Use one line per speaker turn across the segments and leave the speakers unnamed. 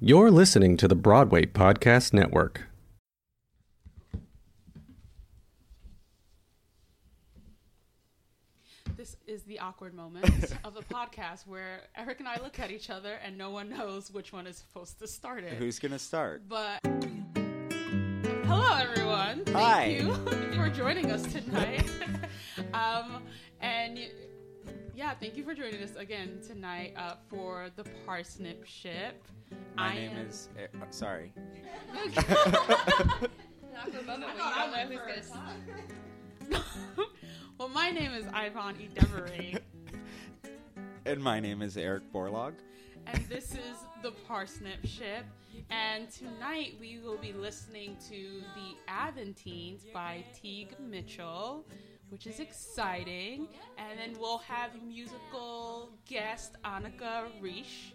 You're listening to the Broadway Podcast Network.
This is the awkward moment of the podcast where Eric and I look at each other and no one knows which one is supposed to start it.
Who's gonna start?
But hello, everyone. Thank
Hi.
you for joining us tonight. um, and y- yeah, thank you for joining us again tonight uh, for the Parsnip Ship.
My
I
name
am-
is. eh, uh, sorry.
well, my name is Ivan E. Devery,
And my name is Eric Borlaug.
and this is the Parsnip Ship. And tonight we will be listening to The Aventines by Teague Mitchell, which is exciting. And then we'll have musical guest Annika Reisch.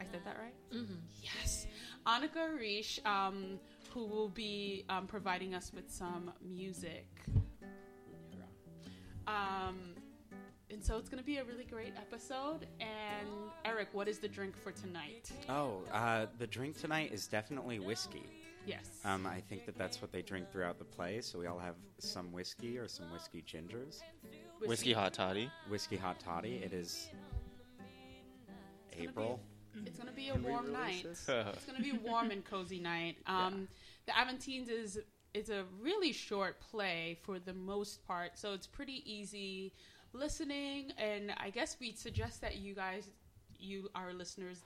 I said that right? Yes. Annika Reisch, um, who will be um, providing us with some music. Um, and so it's going to be a really great episode. And Eric, what is the drink for tonight?
Oh, uh, the drink tonight is definitely whiskey.
Yes.
Um, I think that that's what they drink throughout the play. So we all have some whiskey or some whiskey gingers.
Whiskey hot toddy.
Whiskey hot toddy. It is
gonna
April.
It's going to be a warm night. it's
That's
going to be a warm and cozy night. Um, The Aventines is is a really short play for the most part, so it's pretty easy listening. And I guess we'd suggest that you guys, you our listeners,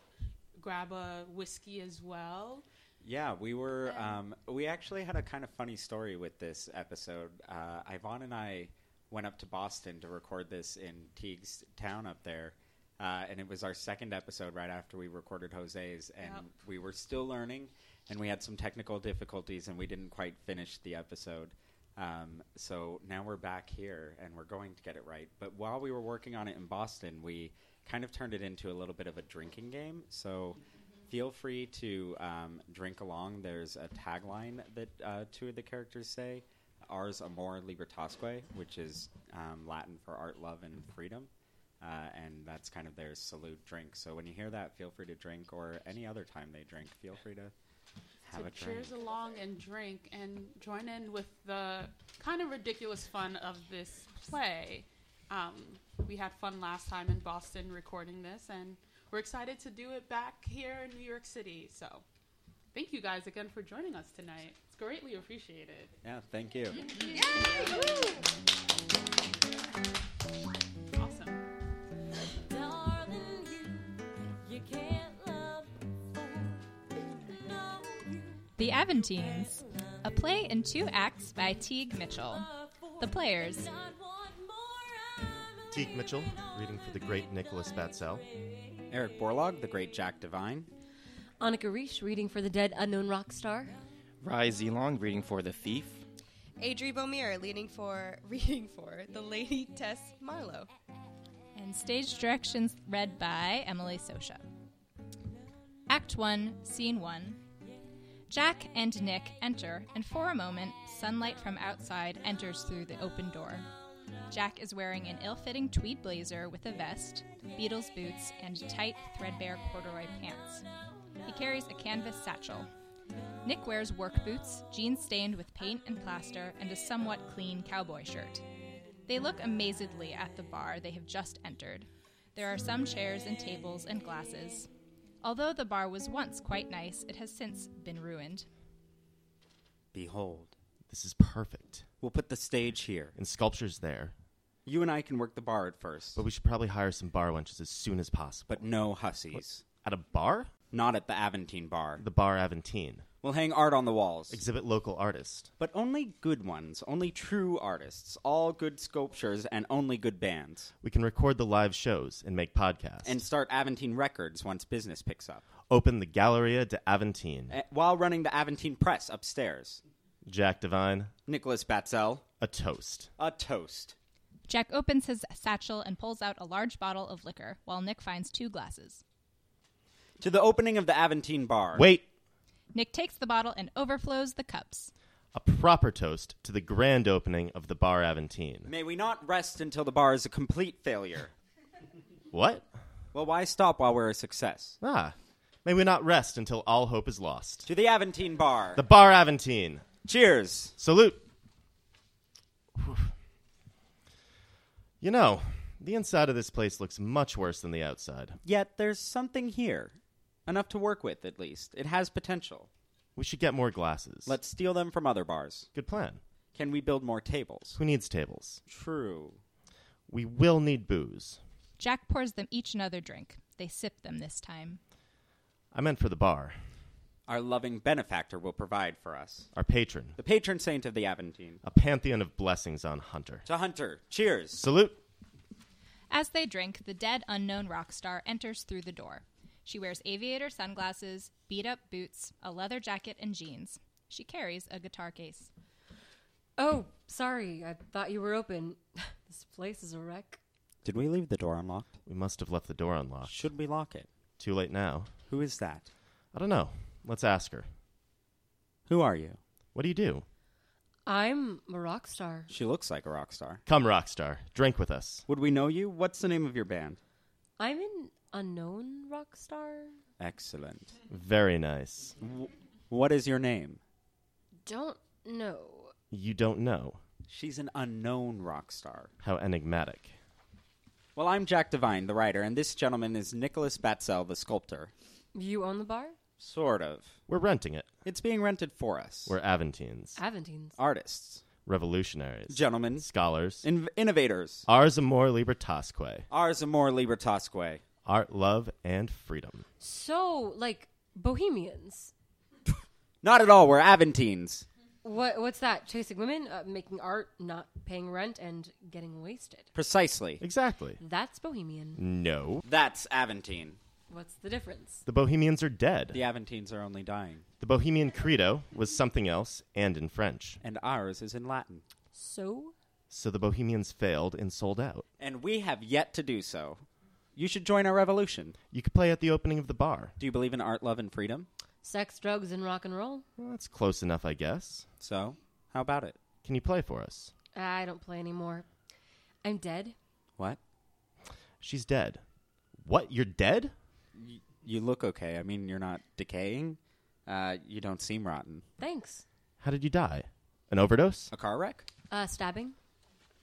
grab a whiskey as well.
Yeah, we were. Um, we actually had a kind of funny story with this episode. Uh, Yvonne and I went up to Boston to record this in Teague's town up there. Uh, and it was our second episode right after we recorded Jose's. And
Yep.
we were still learning. And we had some technical difficulties and we didn't quite finish the episode. Um, so now we're back here and we're going to get it right. But while we were working on it in Boston, we kind of turned it into a little bit of a drinking game. So feel free to um, drink along. There's a tagline that uh, two of the characters say Ars Amor Libertasque, which is um, Latin for art, love, and freedom. Uh, and that's kind of their salute drink. So when you hear that, feel free to drink, or any other time they drink, feel free to
so
have a drink.
cheers along and drink and join in with the kind of ridiculous fun of this play. Um, we had fun last time in Boston recording this, and we're excited to do it back here in New York City. So, thank you guys again for joining us tonight. It's greatly appreciated.
Yeah, thank you.
Awesome.
Darling, you, you can't love
The Aventines, a play in two acts by Teague Mitchell. The players
Teague Mitchell, reading for the great Nicholas Batsell.
Eric Borlaug, the great Jack Devine.
Annika Reish reading for the dead unknown rock star.
Rai Zelong reading for the thief.
Adri Bomir leading for reading for the Lady Tess Marlowe.
and stage directions read by Emily Sosha. Act 1, Scene 1. Jack and Nick enter, and for a moment, sunlight from outside enters through the open door. Jack is wearing an ill fitting tweed blazer with a vest, Beatles boots, and tight, threadbare corduroy pants. He carries a canvas satchel. Nick wears work boots, jeans stained with paint and plaster, and a somewhat clean cowboy shirt. They look amazedly at the bar they have just entered. There are some chairs and tables and glasses. Although the bar was once quite nice, it has since been ruined.
Behold,
This is perfect.
we'll put the stage here.
And sculpture's there.
You and I can work the bar at first,
But we should probably hire some bar wenches as soon as possible.
but no hussies.
At a bar?
Not at the Aventine bar.
The Bar Aventine.
We'll hang art on the walls.
Exhibit local artist.
But only good ones, only true artists, all good sculptures, and only good bands.
We can record the live shows and make podcasts.
And start Aventine Records once business picks up,
open the Galleria de Aventine.
Eh, while running the Aventine Press upstairs.
Jack Devine,
Nicholas Batzell,
a toast.
a toast.
Jack opens his satchel and pulls out a large bottle of liquor, while Nick finds two glasses.
To the opening of the Aventine Bar.
Wait!
Nick takes the bottle and overflows the cups.
A proper toast to the grand opening of the Bar Aventine.
May we not rest until the bar is a complete failure.
What?
Well, why stop while we're a success?
Ah. May we not rest until all hope is lost.
To the Aventine Bar.
The Bar Aventine.
Cheers.
Salute. Whew. You know, the inside of this place looks much worse than the outside.
Yet there's something here. Enough to work with, at least. It has potential.
We should get more glasses.
Let's steal them from other bars.
Good plan.
Can we build more tables?
Who needs tables?
True.
We will need booze.
Jack pours them each another drink. They sip them this time.
I meant for the bar.
Our loving benefactor will provide for us.
Our patron.
The patron saint of the Aventine.
A pantheon of blessings on Hunter.
To Hunter. Cheers.
Salute.
As they drink, the dead unknown rock star enters through the door. She wears aviator sunglasses, beat up boots, a leather jacket, and jeans. She carries a guitar case.
Oh, sorry. I thought you were open. this place is a wreck.
Did we leave the door unlocked?
We must have left the door unlocked.
Should we lock it?
Too late now.
Who is that?
I don't know. Let's ask her.
Who are you?
What do you do?
I'm a rock star.
She looks like a rock star.
Come, Rockstar. Drink with us.
Would we know you? What's the name of your band?
I'm an unknown rock star.
Excellent.
Very nice.
What is your name?
Don't know.
You don't know.
She's an unknown rock star.
How enigmatic.
Well, I'm Jack Devine, the writer, and this gentleman is Nicholas Batzel, the sculptor.
You own the bar?
Sort of.
We're renting it.
It's being rented for us.
We're Aventines,
Aventines.
artists,
revolutionaries,
gentlemen,
scholars.
in- innovators.
Ars amor libertasque.
Ours amor libertasque.
Art, love, and freedom.
So, like, bohemians.
Not at all. We're Aventines.
What? What's that? Chasing women, uh, making art, not paying rent, and getting wasted.
Precisely.
Exactly.
That's bohemian.
No.
That's Aventine.
Mm.
What's the difference?
The Bohemians are dead.
The Aventines are only dying.
The Bohemian Credo was something else and in French.
And ours is in Latin.
So,
So the Bohemians failed and sold out.
And we have yet to do so. You should join our revolution.
You could play at the opening of the bar.
Do you believe in art, love, and freedom?
sex, drugs, and rock and roll.
Well, that's close enough, I guess.
So, how about it?
Can you play for us?
I don't play anymore. I'm dead.
What?
She's dead. What? You're dead?
You look okay. I mean, you're not decaying. Uh, you don't seem rotten.
Thanks.
How did you die? An overdose?
A car wreck?
Uh, stabbing?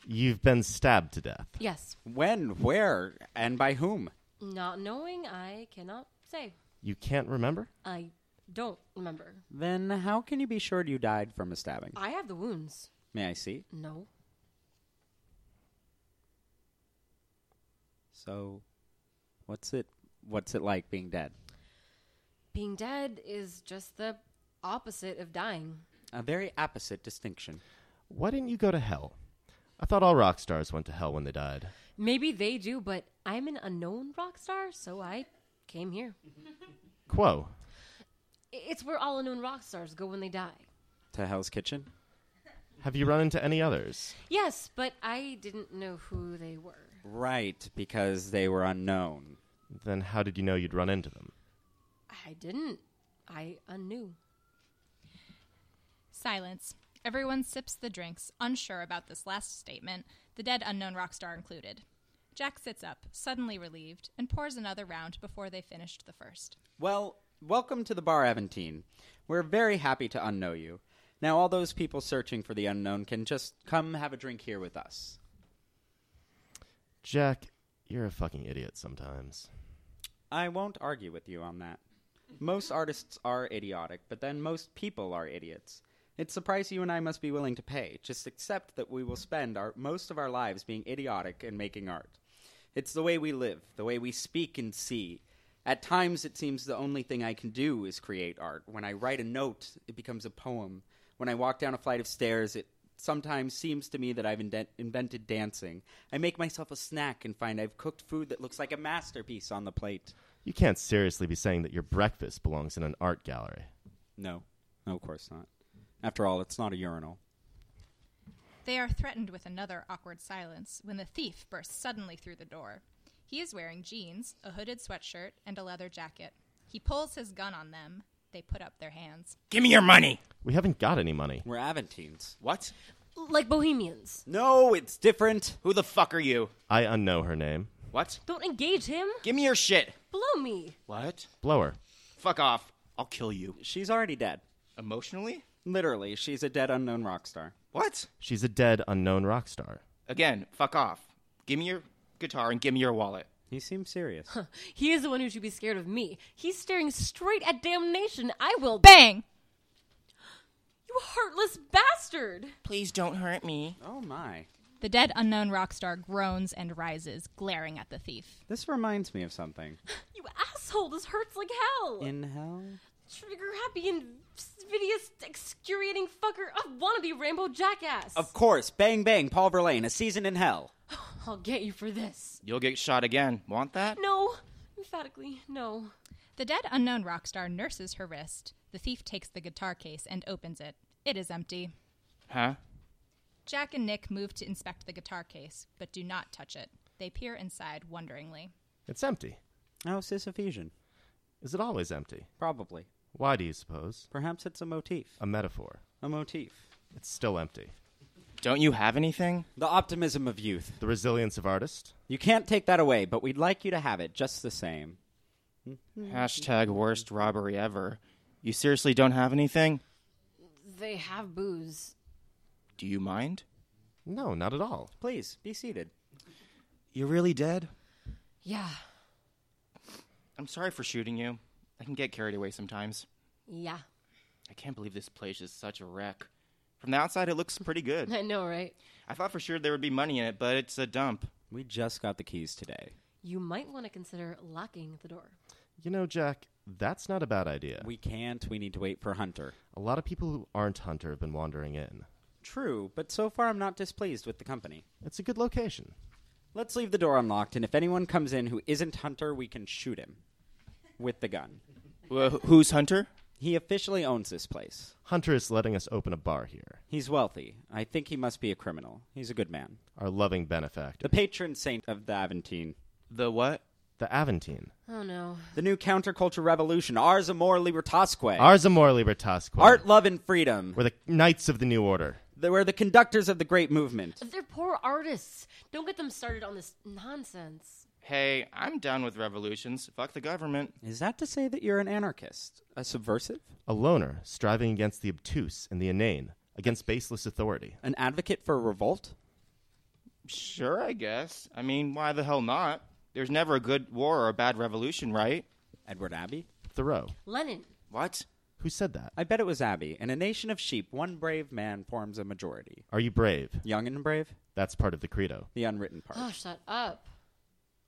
You've been stabbed to death.
Yes.
When, where, and by whom?
Not knowing, I cannot say.
You can't remember?
I don't remember.
Then how can you be sure you died from a stabbing?
I have the wounds.
May I see?
No.
So, what's it? What's it like being dead?
Being dead is just the opposite of dying.
A very opposite distinction.
Why didn't you go to hell? I thought all rock stars went to hell when they died.
Maybe they do, but I'm an unknown rock star, so I came here.
Quo.
I- It's where all unknown rock stars go when they die.
To Hell's Kitchen.
Have you run into any others?
Yes, but I didn't know who they were.
Right, because they were unknown.
Then how did you know you'd run into them?
I didn't. I unknew.
Silence. Everyone sips the drinks, unsure about this last statement, the dead unknown rock star included. Jack sits up, suddenly relieved, and pours another round before they finished the first.
Well, welcome to the Bar Aventine. We're very happy to unknow you. Now, all those people searching for the unknown can just come have a drink here with us.
Jack, you're a fucking idiot sometimes.
I won't argue with you on that. Most artists are idiotic, but then most people are idiots. It's the price you and I must be willing to pay. Just accept that we will spend our, most of our lives being idiotic and making art. It's the way we live, the way we speak and see. At times, it seems the only thing I can do is create art. When I write a note, it becomes a poem. When I walk down a flight of stairs, it sometimes seems to me that I've indent- invented dancing. I make myself a snack and find I've cooked food that looks like a masterpiece on the plate.
You can't seriously be saying that your breakfast belongs in an art gallery.
No. No, of course not. After all, it's not a urinal.
They are threatened with another awkward silence when the thief bursts suddenly through the door. He is wearing jeans, a hooded sweatshirt, and a leather jacket. He pulls his gun on them. They put up their hands.
Give me your money.
We haven't got any money.
We're Aventines. What?
Like bohemians.
No, it's different.
Who the fuck are you?
I unknow her name.
What?
Don't engage him.
Give me your shit.
Blow me.
What?
Blower.
Fuck off. I'll kill you.
She's already dead.
Emotionally?
Literally, she's a dead unknown rock star.
What?
She's a dead unknown rock star.
Again, fuck off. Give me your guitar and give me your wallet.
You seem serious.
He is the one who should be scared of me. He's staring straight at damnation. I will.
Bang!
you heartless bastard!
Please don't hurt me.
oh my.
The dead unknown rock star groans and rises, glaring at the thief.
This reminds me of something.
You asshole! This hurts like hell.
In hell?
Trigger happy and insidious, excoriating fucker. I want to be Rambo Jackass.
Of course, Bang Bang, Paul Verlaine, a season in hell.
I'll get you for this.
You'll get shot again. Want that?
No, emphatically no.
The dead unknown rock star nurses her wrist. The thief takes the guitar case and opens it. It is empty.
Huh?
Jack and Nick move to inspect the guitar case, but do not touch it. They peer inside wonderingly.
It's empty.
Oh, Sisyphesian.
Is it always empty?
Probably.
Why do you suppose?
Perhaps it's a motif.
A metaphor.
A motif.
It's still empty.
Don't you have anything?
The optimism of youth.
The resilience of artist.
You can't take that away, but we'd like you to have it just the same. Mm-hmm.
Hashtag worst robbery ever. You seriously don't have anything?
They have booze.
Do you mind?
No, not at all.
Please, be seated.
You're really dead?
Yeah,
I'm sorry for shooting you. I can get carried away sometimes.
yeah.
I can't believe this place is such a wreck. From the outside, it looks pretty good.
I know, right?
I thought for sure there would be money in it, but it's a dump.
We just got the keys today.
You might want to consider locking the door.
You know, Jack, that's not a bad idea.
We can't. We need to wait for Hunter.
a lot of people who aren't Hunter have been wandering in.
True, but so far I'm not displeased with the company.
It's a good location.
Let's leave the door unlocked, and if anyone comes in who isn't Hunter, we can shoot him with the gun.
Wh- who's Hunter?
He officially owns this place.
Hunter is letting us open a bar here.
He's wealthy. I think he must be a criminal. He's a good man.
Our loving
The
benefactor.
patron saint of the Aventine.
The what?
The Aventine.
Oh no.
The new counterculture revolution, Ars Amor Libertasque.
Ars Amor Libertasque.
Art, love, and freedom.
We're the Knights of the New Order.
They were the conductors of the great movement.
They're poor artists. Don't get them started on this nonsense.
Hey, I'm down with revolutions. Fuck the government.
Is that to say that you're an anarchist? A subversive?
A loner striving against the obtuse and the inane, against baseless authority.
An advocate for revolt?
Sure, I guess. I mean, why the hell not? There's never a good war or a bad revolution, right?
Edward Abbey?
Thoreau.
Lenin,
What?
Who said that?
I bet it was Abbey. In a nation of sheep, one brave man forms a majority.
Are you brave?
Young and brave?
That's part of the credo.
The unwritten part.
oh shut up.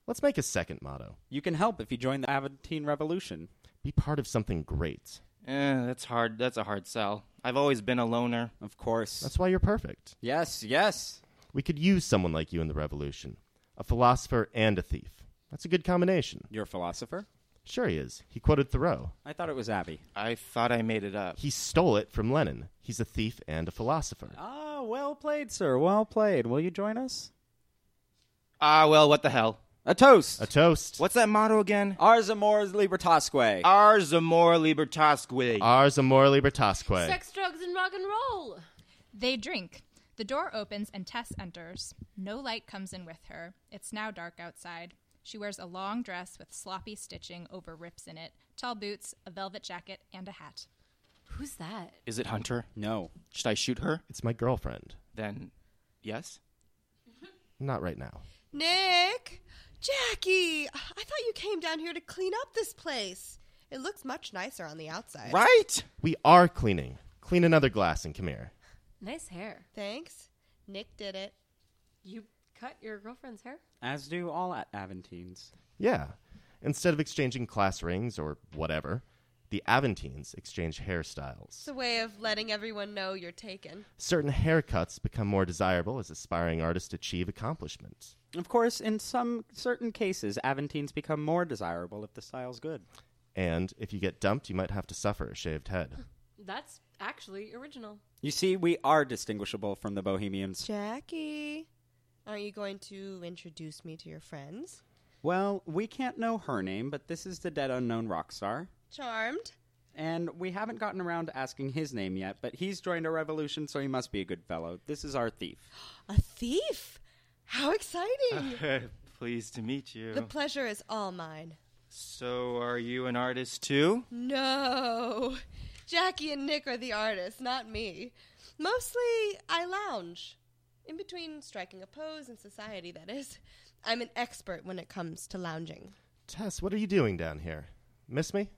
Let's make a second motto
You can help if you join the Aventine Revolution.
be part of something great.
Eh, that's hard. That's a hard sell. I've always been a loner.
Of course.
That's why you're perfect.
yes, yes.
We could use someone like you in the revolution a philosopher and a thief. That's a good combination.
You're a philosopher?
Sure, he is. He quoted Thoreau.
I thought it was Abbey.
I thought I made it up.
He stole it from Lenin. He's a thief and a philosopher.
Ah, well played, sir. Well played. Will you join us?
Ah, well, what the hell?
A toast.
A toast.
What's that motto again?
Ars Amor Libertasque.
Ars Amor Libertasque.
Ars Amor Libertasque.
Sex, drugs, and rock and roll.
They drink. The door opens and Tess enters. No light comes in with her. It's now dark outside. She wears a long dress with sloppy stitching over rips in it, tall boots, a velvet jacket, and a hat.
Who's that?
Is it Hunter?
no.
Should I shoot her?
It's my girlfriend.
Then, yes?
Not right now.
Nick, Jackie, I thought you came down here to clean up this place. It looks much nicer on the outside.
Right?
We are cleaning. Clean another glass and come here.
Nice hair.
Thanks. Nick did it.
You cut your girlfriend's hair?
As do all at Aventines.
Yeah. Instead of exchanging class rings or whatever, the Aventines exchange hairstyles.
It's a way of letting everyone know you're taken.
Certain haircuts become more desirable as aspiring artists achieve accomplishment.
Of course, in some certain cases, Aventines become more desirable if the style's good.
And if you get dumped, you might have to suffer a shaved head.
That's actually original.
You see, we are distinguishable from the Bohemians.
Jackie, are you going to introduce me to your friends?
Well, we can't know her name, but this is the dead unknown rock star.
Charmed.
And we haven't gotten around to asking his name yet, but he's joined a revolution, so he must be a good fellow. This is our thief.
A thief. How exciting!
Pleased to meet you.
the pleasure is all mine.
So, are you an artist too?
No. Jackie and Nick are the artists, not me. Mostly, I lounge. In between striking a pose in society, that is. I'm an expert when it comes to lounging.
Tess, what are you doing down here? Miss me?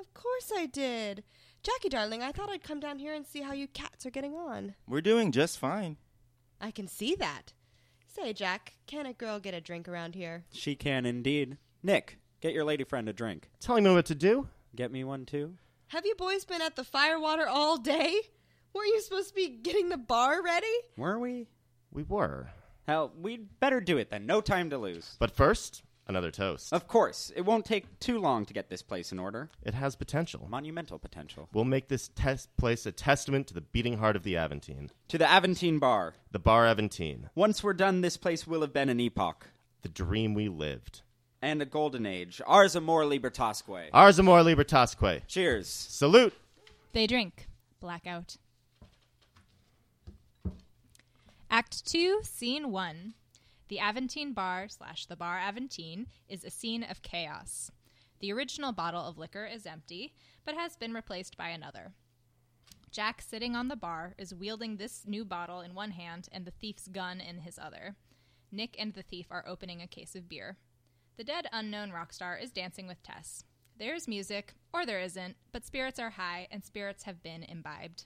Of course I did. Jackie, darling, I thought I'd come down here and see how you cats are getting on.
We're doing just fine.
I can see that. Say, Jack, can a girl get a drink around here?
She can indeed. Nick, get your lady friend a drink.
Telling me what to do?
Get me one too.
Have you boys been at the firewater all day? Weren't you supposed to be getting the bar ready?
Were we?
We were.
Hell, we'd better do it then. No time to lose.
But first, another toast.
Of course, it won't take too long to get this place in order.
It has potential.
Monumental potential.
We'll make this tes- place a testament to the beating heart of the Aventine,
To the Aventine Bar.
the Bar Aventine,
Once we're done, this place will have been an epoch
the dream we lived.
and a golden age. Ours a more libertasque.
Ars amor libertasque.
Cheers.
Salute!
They drink. Blackout. Act 2, Scene 1. The Aventine Bar slash the Bar Aventine is a scene of chaos. The original bottle of liquor is empty, but has been replaced by another. Jack, sitting on the bar, is wielding this new bottle in one hand and the thief's gun in his other. Nick and the thief are opening a case of beer. The dead unknown rock star is dancing with Tess. There's music, or there isn't, but spirits are high and spirits have been imbibed.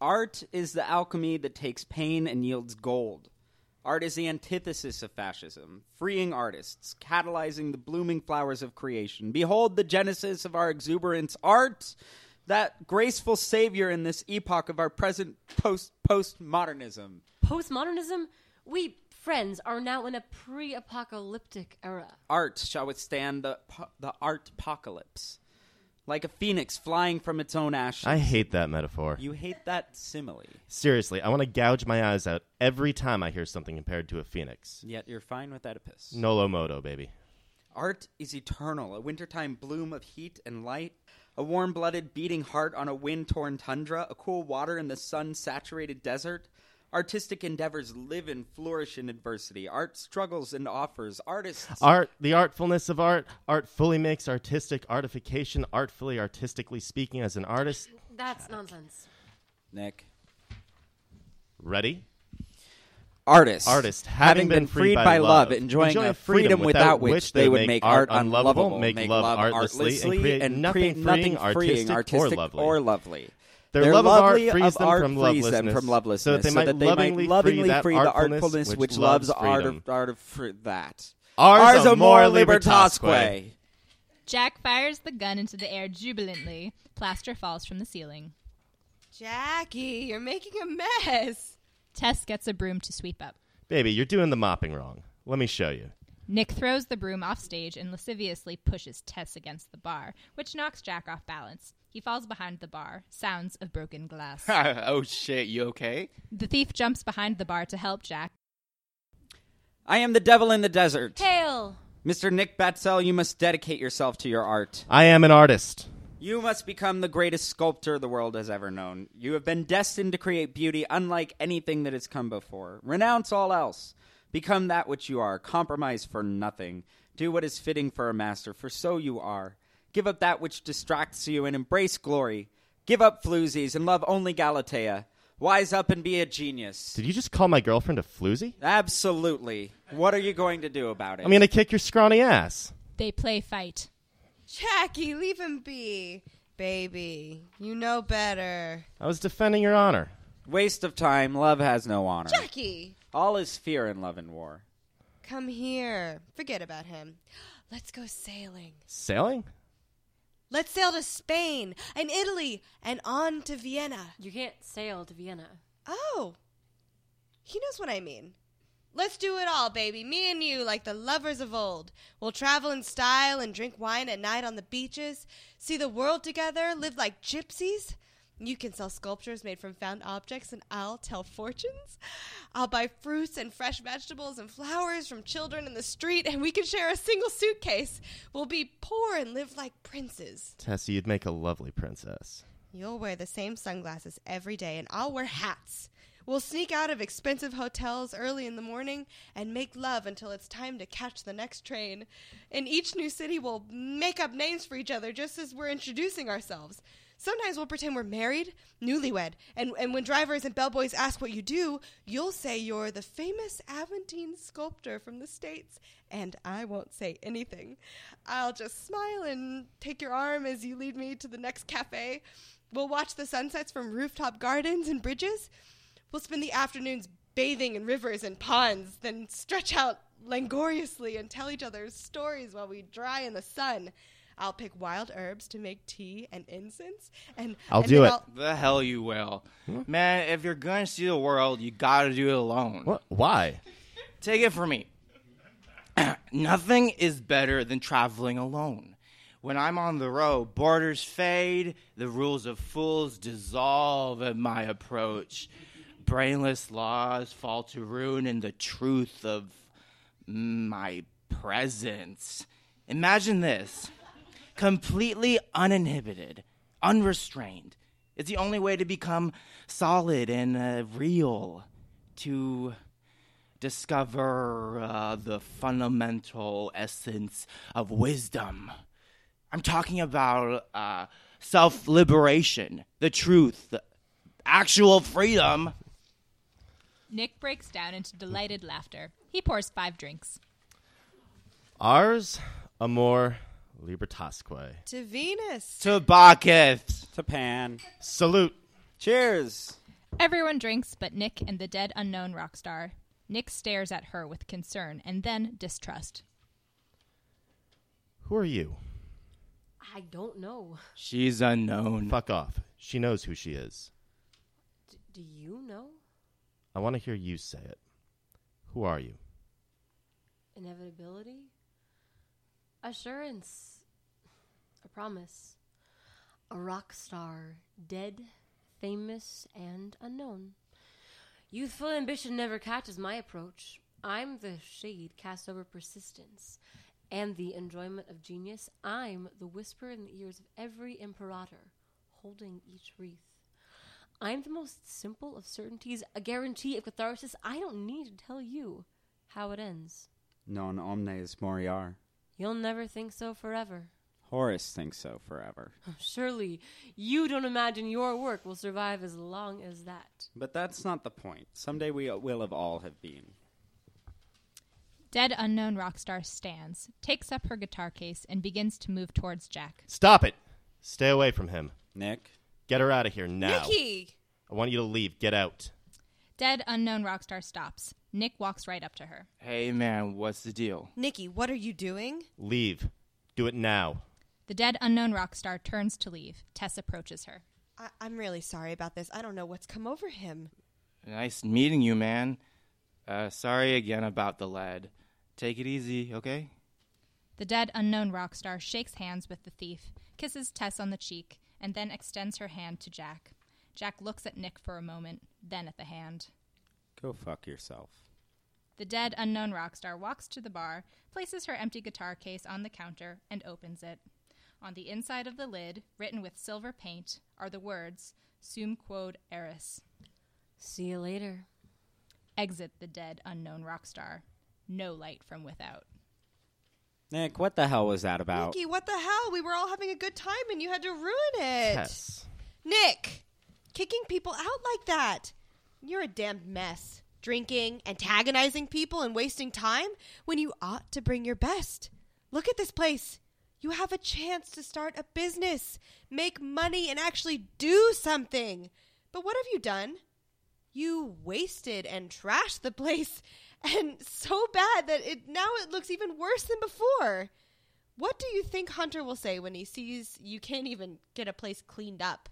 Art is the alchemy that takes pain and yields gold. Art is the antithesis of fascism, freeing artists, catalyzing the blooming flowers of creation. Behold the genesis of our exuberance. Art, that graceful savior in this epoch of our present post postmodernism.
Postmodernism? We friends are now in a pre apocalyptic era.
Art shall withstand the po- the art apocalypse, like a phoenix flying from its own ashes.
I hate that metaphor.
you hate that simile,
Seriously, I want to gouge my eyes out every time I hear something compared to a phoenix.
yet you're fine with Oedipus.
Nolo moto, baby.
Art is eternal, a wintertime bloom of heat and light, a warm blooded beating heart on a wind torn tundra, a cool water in the sun saturated desert. Artistic endeavors live and flourish in adversity. Art struggles and offers. Artists.
Art, the artfulness of art, art fully makes artistic artification, artfully, artistically speaking as an artist.
That's nonsense.
Nick.
Ready?
Artists.
Artist, having, been, freed, by,
love, enjoying, a freedom, without which they would make art unlovable,
make love artlessly, and create nothing
create
freeing, artistic
freeing,
or
artistic
lovely.
or lovely.
Their love of
lovely
art frees them from
frees them
lovelessness,
from
so that
lovelessness,
they might lovingly free that
the
artfulness
artfulness
which
which
loves
loves art
freedom.
of, art of fr- that.
Ars
a
amor
more
libertasque.
Jack fires the gun into the air jubilantly. Plaster falls from the ceiling.
Jackie, you're making a mess.
Tess gets a broom to sweep up.
Baby, you're doing the mopping wrong. Let me show you.
Nick throws the broom off stage and lasciviously pushes Tess against the bar, which knocks Jack off balance. He falls behind the bar. Sounds of broken glass.
oh shit, you okay?
the thief jumps behind the bar to help Jack.
I am the devil in the desert.
Tail!
Mr. Nick Batzel, you must dedicate yourself to your art.
I am an artist.
You must become the greatest sculptor the world has ever known. You have been destined to create beauty unlike anything that has come before. Renounce all else. Become that which you are. Compromise for nothing. Do what is fitting for a master, for so you are. Give up that which distracts you and embrace glory. Give up floozies and love only Galatea. Wise up and be a genius.
Did you just call my girlfriend a floozy?
Absolutely. What are you going to do about it?
I'm gonna kick your scrawny ass.
They play fight.
Jackie, leave him be. Baby, you know better.
I was defending your honor.
waste of time. Love has no honor.
Jackie,
All is fear in love and war.
come here. Forget about him. Let's go sailing.
Sailing?
Let's sail to Spain and Italy and on to Vienna.
You can't sail to Vienna.
Oh, he knows what I mean. Let's do it all, baby. Me and you, like the lovers of old. We'll travel in style and drink wine at night on the beaches, see the world together, live like gypsies. You can sell sculptures made from found objects, and I'll tell fortunes. I'll buy fruits and fresh vegetables and flowers from children in the street, and we can share a single suitcase. We'll be poor and live like princes.
Tessie, you'd make a lovely princess.
You'll wear the same sunglasses every day, and I'll wear hats. We'll sneak out of expensive hotels early in the morning and make love until it's time to catch the next train. In each new city, we'll make up names for each other just as we're introducing ourselves. Sometimes we'll pretend we're married, newlywed, and, and when drivers and bellboys ask what you do, you'll say you're the famous Aventine sculptor from the States, and I won't say anything. I'll just smile and take your arm as you lead me to the next cafe. We'll watch the sunsets from rooftop gardens and bridges. We'll spend the afternoons bathing in rivers and ponds, then stretch out languorously and tell each other stories while we dry in the sun. I'll pick wild herbs to make tea and incense, and
I'll
and
do
then
it.
The hell you will. Man, if you're going to see the world, you gotta do it alone.
What? Why?
Take it from me. Nothing is better than traveling alone. When I'm on the road, borders fade, the rules of fools dissolve at my approach. Brainless laws fall to ruin in the truth of my presence. Imagine this completely uninhibited, unrestrained. It's the only way to become solid and uh, real, to discover uh, the fundamental essence of wisdom. I'm talking about uh, self liberation, the truth, the actual freedom.
Nick breaks down into delighted laughter. He pours five drinks.
Ars amor libertasque.
to Venus.
To Bacchus.
To pan.
Salute.
Cheers.
Everyone drinks but Nick and the dead unknown rock star. Nick stares at her with concern and then distrust.
Who are you?
I don't know.
She's unknown.
Fuck off. She knows who she is.
D- do you know?
I want to hear you say it. Who are you?
Inevitability? Assurance. A promise. A rock star. Dead, famous, and unknown. Youthful ambition never catches my approach. I'm the shade cast over persistence and the enjoyment of genius. I'm the whisper in the ears of every imperator, holding each wreath. I'm the most simple of certainties, a guarantee of catharsis. I don't need to tell you how it ends.
Non omnes moriar.
You'll never think so forever.
Horace thinks so forever.
Surely you don't imagine your work will survive as long as that.
But that's not the point. Someday we will have all have been.
Dead unknown rock star stands, takes up her guitar case, and begins to move towards Jack.
Stop it. Stay away from him.
Nick?
Get her out of here now.
Nikki!
I want you to leave. Get out.
Dead unknown rock star stops. Nick walks right up to her.
Hey man, what's the deal?
Nikki, what are you doing?
Leave. Do it now.
The dead unknown rock star turns to leave. Tess approaches her.
I- I'm really sorry about this. I don't know what's come over him.
Nice meeting you, man. Uh, sorry again about the lead. Take it easy, okay?
The dead unknown rock star shakes hands with the thief, kisses Tess on the cheek, and then extends her hand to Jack. Jack looks at Nick for a moment, then at the hand.
Go fuck yourself.
The dead unknown rock star walks to the bar, places her empty guitar case on the counter, and opens it. On the inside of the lid, written with silver paint, are the words Sum quod eris.
See you later.
Exit the dead unknown rock star. No light from without.
Nick, what the hell was that about?
Nikki, what the hell? oh, We were all having a good time and you had to ruin it.
Yes.
Nick, kicking people out like that. You're a damned mess. Drinking, antagonizing people, and wasting time when you ought to bring your best. Look at this place. You have a chance to start a business, make money, and actually do something. But what have you done? You wasted and trashed the place, and so bad that it now it looks even worse than before. What do you think Hunter will say when he sees you can't even get a place cleaned up?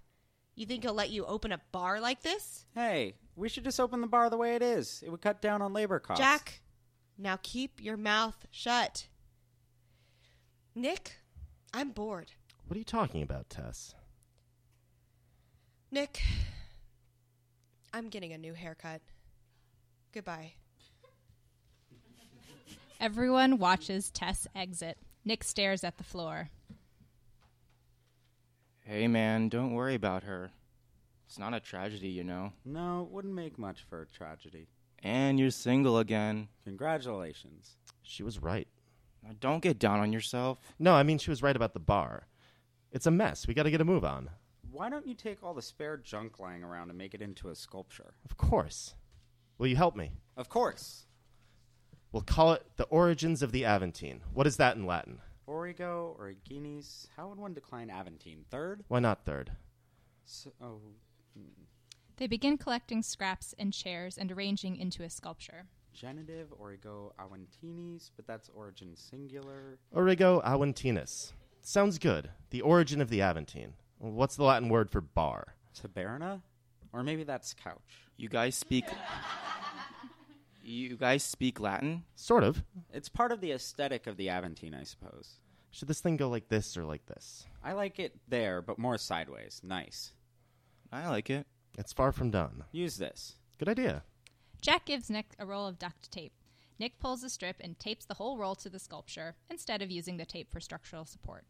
You think he'll let you open a bar like this?
Hey, we should just open the bar the way it is. It would cut down on labor costs.
Jack, now keep your mouth shut. Nick, I'm bored.
What are you talking about, Tess?
Nick, I'm getting a new haircut. Goodbye.
Everyone watches Tess exit. Nick stares at the floor.
Hey man, don't worry about her. It's not a tragedy, you know.
No, it wouldn't make much for a tragedy.
And you're single again.
Congratulations.
She was right.
Now, don't get down on yourself.
No, I mean, she was right about the bar. It's a mess. We got to get a move on.
Why don't you take all the spare junk lying around and make it into a sculpture?
Of course. Will you help me?
Of course.
We'll call it The Origins of the Aventine. What is that in Latin?
Origo, Origenes. How would one decline Aventine? Third?
Why not third?
So, oh,
They begin collecting scraps and chairs and arranging into a sculpture.
genitive, Origo, Aventines, but that's origin singular.
Origo Aventinus. Sounds good. The origin of the Aventine. What's the Latin word for bar?
Taberna? Or maybe that's couch.
You guys speak. you guys speak Latin?
Sort of.
It's part of the aesthetic of the Aventine, I suppose.
Should this thing go like this or like this?
I like it there, but more sideways. Nice.
I like it.
It's far from done.
Use this.
Good idea.
Jack gives Nick a roll of duct tape. Nick pulls a strip and tapes the whole roll to the sculpture instead of using the tape for structural support.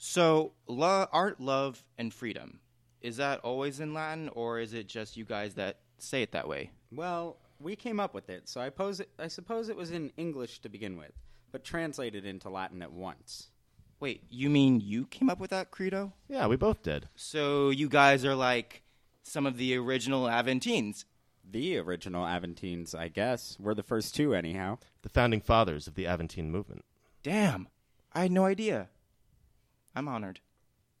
So, lo- art, love, and freedom. Is that always in Latin, or is it just you guys that say it that way?
Well, we came up with it, so I, pose it, I suppose it was in English to begin with, but translated into Latin at once.
Wait, you mean you came up with that credo?
Yeah, we both did.
So, you guys are like some of the original Aventines.
The original Aventines, I guess, were the first two, anyhow.
The founding fathers of the Aventine movement.
Damn, I had no idea. I'm honored.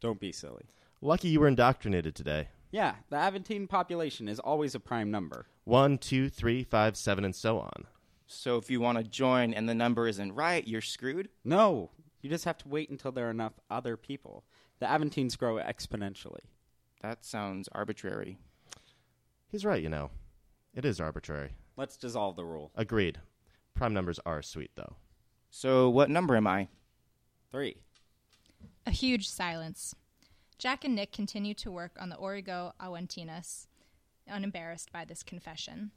Don't be silly.
Lucky you were indoctrinated today.
Yeah, the Aventine population is always a prime number.
One, two, three, five, seven, and so on.
So, if you want to join and the number isn't right, you're screwed?
No, you just have to wait until there are enough other people. The Aventines grow exponentially.
That sounds arbitrary.
He's right, you know. It is arbitrary.
Let's dissolve the rule.
Agreed. Prime numbers are sweet, though.
So, what number am I?
Three.
A huge silence. Jack and Nick continue to work on the Origo Awentinas, unembarrassed by this confession.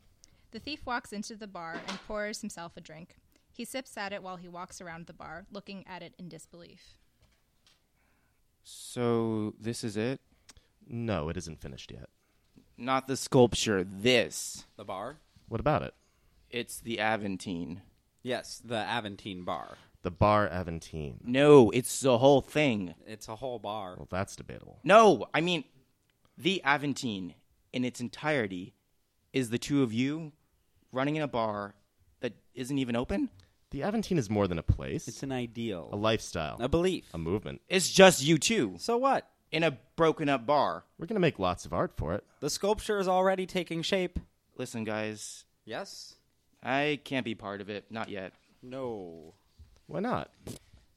The thief walks into the bar and pours himself a drink. He sips at it while he walks around the bar, looking at it in disbelief.
So, this is it?
No, it isn't finished yet.
Not the sculpture, this.
The bar?
What about it?
It's the Aventine.
Yes, the Aventine bar.
The Bar Aventine.
No, it's the whole thing.
It's a whole bar.
Well, that's debatable.
No, I mean, the Aventine in its entirety is the two of you running in a bar that isn't even open.
The Aventine is more than a place,
It's an ideal,
a lifestyle,
a belief.
a movement.
It's just you two
So what?
in a broken up bar.
We're going to make lots of art for it.
The sculpture is already taking shape.
Listen, guys,
Yes?
I can't be part of it. Not yet.
No.
Why not?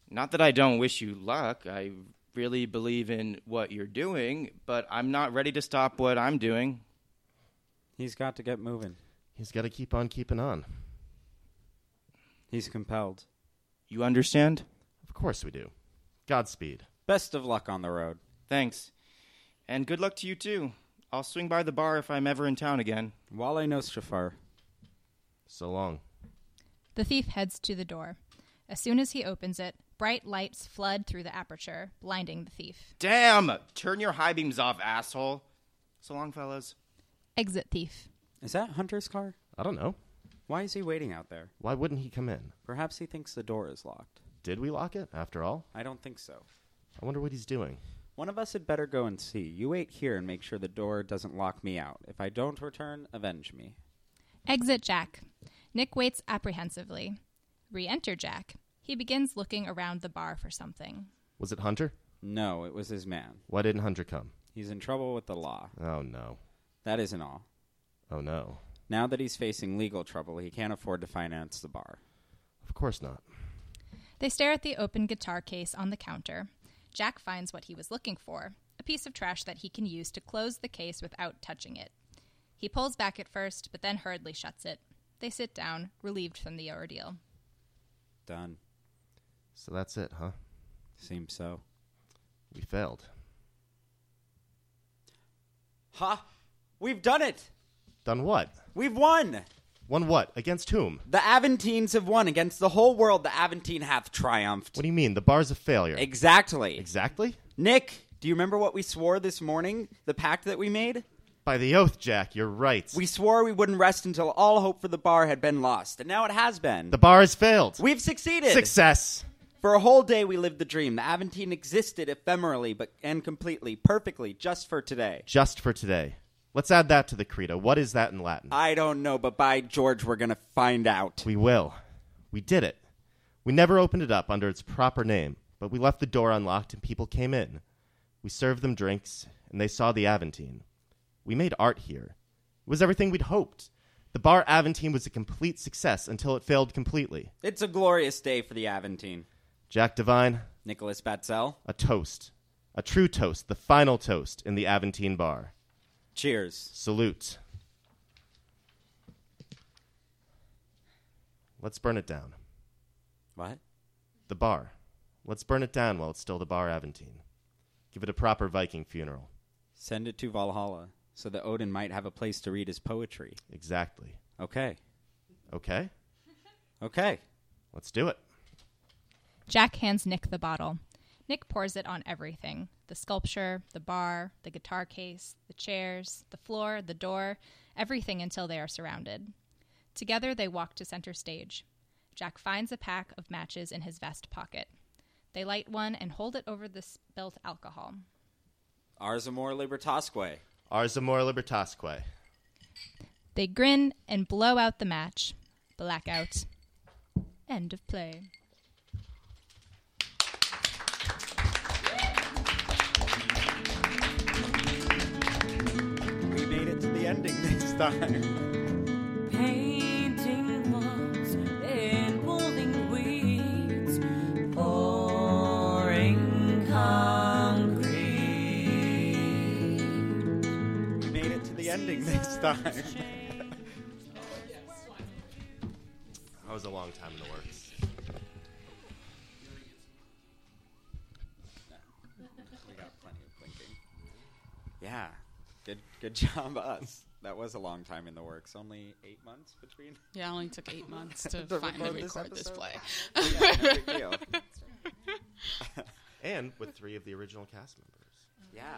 Not that I don't wish you luck. I really believe in what you're doing, but I'm not ready to stop what I'm doing.
He's got to get moving.
He's got to keep on keeping on.
He's compelled.
You understand?
Of course we do. Godspeed.
Best of luck on the road.
Thanks. And good luck to you too. I'll swing by the bar if I'm ever in town again.
Wale no chauffeur.
So long.
The thief heads to the door. As soon as he opens it, bright lights flood through the aperture, blinding the thief.
Damn! Turn your high beams off, asshole. So long, fellas.
Exit thief.
Is that Hunter's car?
I don't know.
Why is he waiting out there?
Why wouldn't he come in?
Perhaps he thinks the door is locked.
Did we lock it, after all?
I don't think so.
I wonder what he's doing.
One of us had better go and see. You wait here and make sure the door doesn't lock me out. If I don't return, avenge me.
Exit Jack. Nick waits apprehensively. Re enter Jack. He begins looking around the bar for something.
Was it Hunter?
No, it was his man.
Why didn't Hunter come?
He's in trouble with the law.
Oh, no.
That isn't all.
Oh, no.
Now that he's facing legal trouble, he can't afford to finance the bar.
Of course not.
They stare at the open guitar case on the counter. Jack finds what he was looking for a piece of trash that he can use to close the case without touching it. He pulls back at first, but then hurriedly shuts it. They sit down, relieved from the ordeal.
Done.
So that's it, huh?
Seems so.
We failed.
Ha! We've done it!
Done what?
We've won!
Won what? Against whom?
The Aventines have won against the whole world. The Aventine hath triumphed.
What do you mean? The bar's a failure.
Exactly.
exactly?
Nick, Do you remember what we swore this morning? The pact that we made?
By the oath, Jack, you're right.
We swore we wouldn't rest until all hope for the bar had been lost, and now it has been.
the bar has failed.
We've succeeded.
Success.
For a whole day, we lived the dream. The Aventine existed ephemerally, but and completely, perfectly, just for today.
Just for today. Let's add that to the credo. What is that in Latin?
I don't know, but by George, we're gonna find out.
We will. We did it. We never opened it up under its proper name, but we left the door unlocked and people came in. We served them drinks, and they saw the Aventine. We made art here. It was everything we'd hoped. The Bar Aventine was a complete success until it failed completely.
It's a glorious day for the Aventine.
Jack Devine,
Nicholas Batzel,
a toast. A true toast, the final toast in the Aventine Bar.
cheers.
Salute. Let's burn it down.
What?
The bar. Let's burn it down while it's still the bar Aventine. Give it a proper Viking funeral.
Send it to Valhalla so that Odin might have a place to read his poetry.
Exactly.
Okay.
Okay?
Okay.
Let's do it.
Jack hands Nick the bottle. Nick pours it on everything the sculpture, the bar, the guitar case, the chairs, the floor, the door, everything until they are surrounded. Together they walk to center stage. Jack finds a pack of matches in his vest pocket. They light one and hold it over the spilt alcohol.
Ars amor libertasque.
Ars amor libertasque.
They grin and blow out the match. Blackout. End of play.
We made it to the ending this time.
Painting walls and rolling weeds, pouring concrete.
We made it to the ending this time.
That was a long time in the works.
We got plenty of blinking. Yeah. Good good job us. That was a long time in the works. Only eight months between
Yeah, it only took eight months to
To
finally
record
record
this
this play.
yeah, no big deal.
And with three of the original cast members.
Yeah.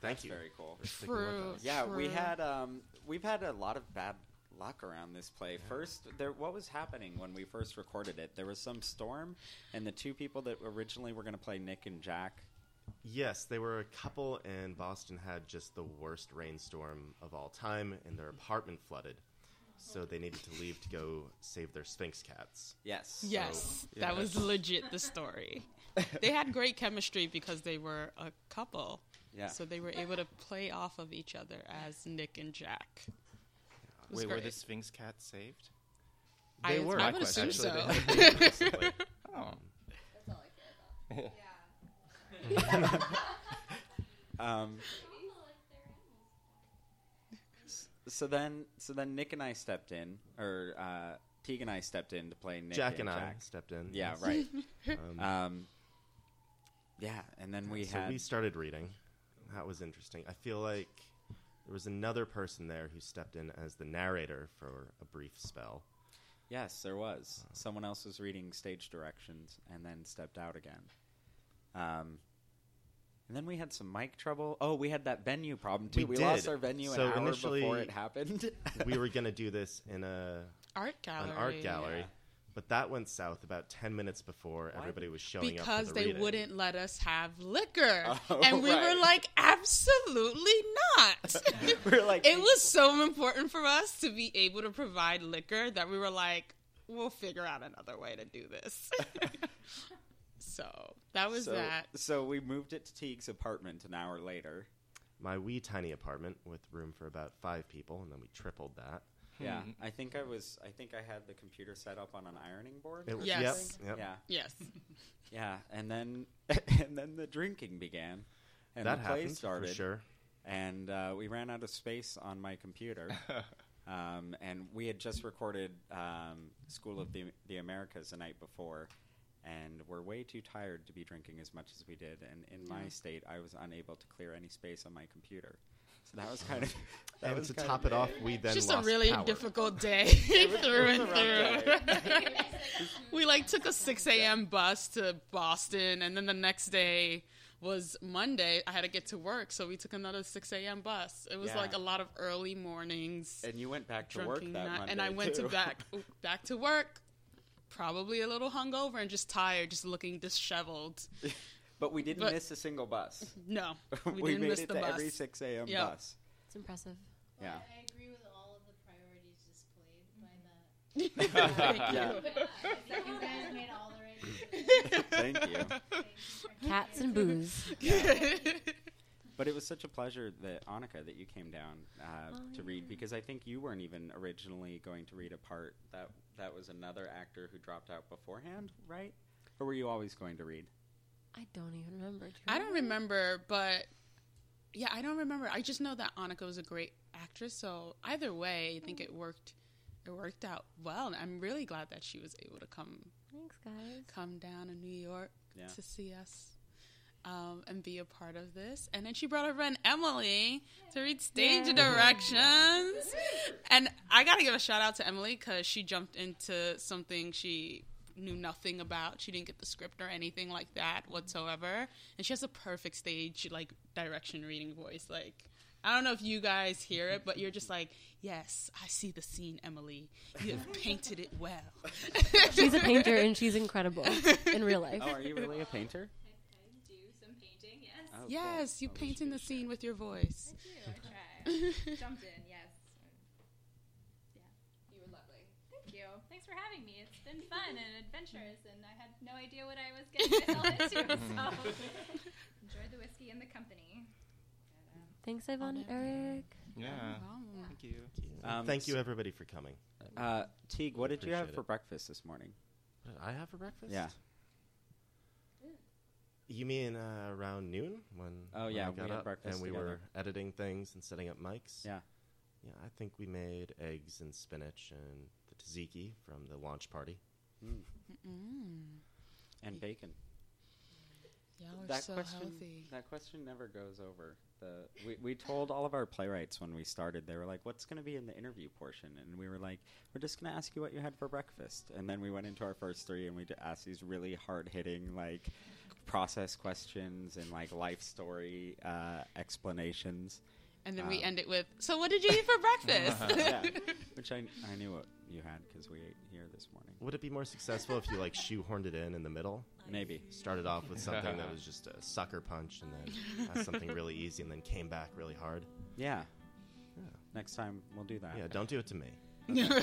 Thank
That's
you.
very cool.
for sticking with
True.
us.
Yeah, we
True.
had um we've had a lot of bad luck around this play. First there what was happening when we first recorded it? There was some storm and the two people that originally were gonna play Nick and Jack
Yes, they were a couple, and Boston had just the worst rainstorm of all time, and their apartment flooded. So they needed to leave to go save their Sphinx cats.
Yes.
Yes,
So,
that
yeah.
was legit the story. they had great chemistry because they were a couple.
Yeah.
So they were able to play off of each other as Nick and Jack. It was
Wait, were
great.
the Sphinx cats saved?
I-
They were.
I
My
would
question.
assume so.
Actually, they had been recently.
Oh.
Um, s- so then, so then Nick and I stepped in, or uh, Teague and I stepped in to play Nick
Jack
and
and I
Jack.
stepped in.
Yeah,
yes.
right.
Um,
um, yeah, and then we
so
had
we started reading. That was interesting. I feel like there was another person there who stepped in as the narrator for a brief spell.
yes, there
uh,
was someone else was reading stage directions and then stepped out again. Um, and then we had some mic trouble. Oh, we had that venue problem too.
We
We,
did.
lost our venue
So
an hour before
initially-
it happened.
we were going to do this in a
Art gallery.
an art gallery,
Yeah.
but that went south about 10 minutes before everybody was showing up. for
Because
the
they
reading.
wouldn't let us have liquor.
Oh,
and we
right.
were like, absolutely not.
we were like,
it was so important for us to be able to provide liquor that we were like, we'll figure out another way to do this. so that was
so,
that.
So we moved it to Teague's apartment an hour later.
My wee tiny apartment with room for about five people, and then we tripled that.
Yeah, Hmm. I think I was. I think I had the computer set up on an ironing board.
It-
Yes.
Yep, yep.
Yeah,
Yes.
yeah, and then and then the drinking began, and
that
the play
happened
started.
for sure.
And uh, we ran out of space on my computer, um, and we had just recorded um, School of the, the Americas the night before, and were way too tired to be drinking as much as we did. And in my state, I was unable to clear any space on my computer. So that was kind of that
and
was
to
kind
top
of
it off, we then
It's just a
lost
really
power.
difficult day through and through. we like took a 6 a.m. bus to Boston, and then the next day was Monday. I had to get to work, so we took another 6 a.m. bus. It was
Yeah.
like a lot of early mornings.
And you went back to work
drinking
that
night-
Monday
and I went
too.
to back back to work, probably a little hungover and just tired, just looking disheveled.
but we didn't
but-
miss a single bus.
No, we,
we
didn't
made
miss
it
the
to
bus.
every 6 a.m.
Yeah.
bus.
It's impressive.
Yeah.
I agree with all of the priorities displayed by that.
Mm-hmm.
Thank
Yeah.
you.
You guys made all the right decisions.
Thank you.
Cats and booze.
But it was such a pleasure that Annika that you came down uh, to read because I think you weren't even originally going to read a part that that was another actor who dropped out beforehand, right? Or were you always going to read?
I don't even remember. Do you
I don't remember, but yeah, I don't remember. I just know that Annika was a great actress, so either way, I think
Mm.
it worked. It worked out well, and I'm really glad that she was able to come
Thanks, guys.
come down to New York
Yeah.
to see us um, and be a part of this. And then she brought her friend Emily to read stage directions. And I got to give a shout out to Emily because she jumped into something she knew nothing about. She didn't get the script or anything like that whatsoever. And she has a perfect stage, like, direction reading voice. Like, I don't know if you guys hear it, but you're just like, yes, I see the scene, Emily. You have painted it well.
She's a painter and she's incredible in real life.
Oh, are you really a painter?
I do some painting, yes.
Oh, cool.
Yes, you
I wish
paint in
you
the
did.
scene with your voice.
I do. I try. Jumped in, yes. Yeah. You were lovely. Thank you. Thanks for having me. It's been fun and adventurous, and I had no idea what I was getting myself into. So enjoyed the whiskey and the company.
Thanks, Ivan and Eric.
Yeah.
Oh.
Thank you.
Um,
Thank you,
s-
everybody, for coming.
Uh, Teague, what did you have
Appreciate
for
it.
breakfast this morning?
What did I have for breakfast?
Yeah.
You mean uh, around noon when?
Oh,
when
yeah,
I
we
got
had
up
breakfast
and we
together.
were editing things and setting up mics.
Yeah.
yeah. I think we made eggs and spinach and the tzatziki from the launch party.
Hmm, And bacon.
Y'all are
that
so
question
healthy.
that question never goes over. The we, we told all of our playwrights when we started, they were like, What's gonna be in the interview portion? And we were like, We're just gonna ask you what you had for breakfast. And then we went into our first three and we d- asked these really hard hitting like process questions and like life story uh, explanations.
And then we
Um,
end it with, "So what did you eat for breakfast?"
yeah. Which I, I knew what you had because we ate here this morning.
Would it be more successful if you like shoehorned it in in the middle?
Maybe.
Started off with something that was just a sucker punch, and then uh, something really easy, and then came back really hard.
Yeah. Next time we'll do that.
Yeah, don't do it to me. Uh,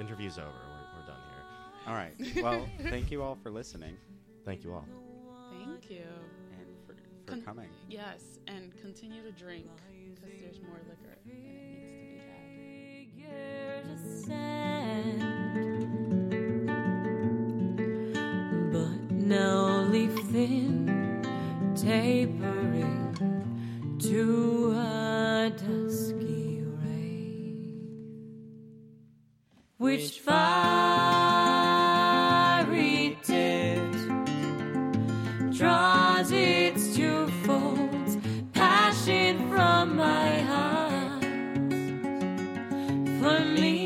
interview's over. We're, we're done here.
All right. Well, thank you all for listening
Thank you all.
Thank you.
and for, for
Con-
coming.
Yes, and continue to drink because there's more liquor and it needs to be had.
figure to send. But now leaf thin, tapering to a dusky ray, which fiery tipped draws its two folds, passion from my heart for me.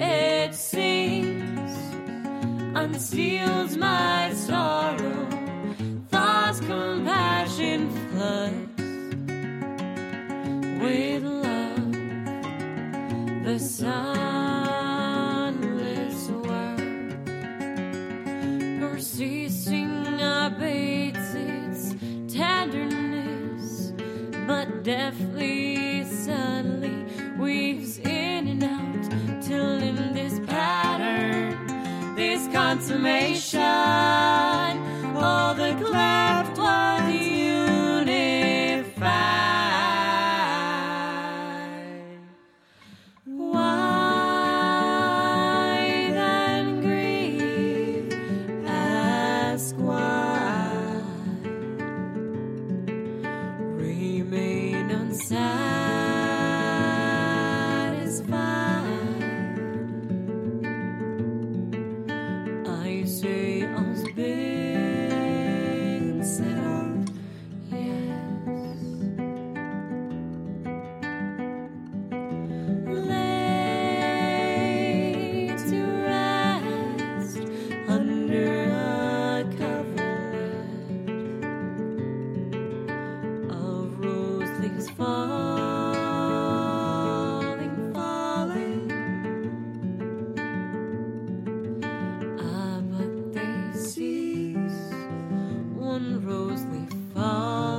It sings, unseals my sorrow, thaws compassion floods with love. The sunless world, persisting abates its tenderness but deftly, subtly weaves in and out till in this pattern, this consummation, all the cleft ones unified. Why then grieve? Ask why remain unsatisfied. I say all's been settled, yes. Lay to rest under a coverlet Ah,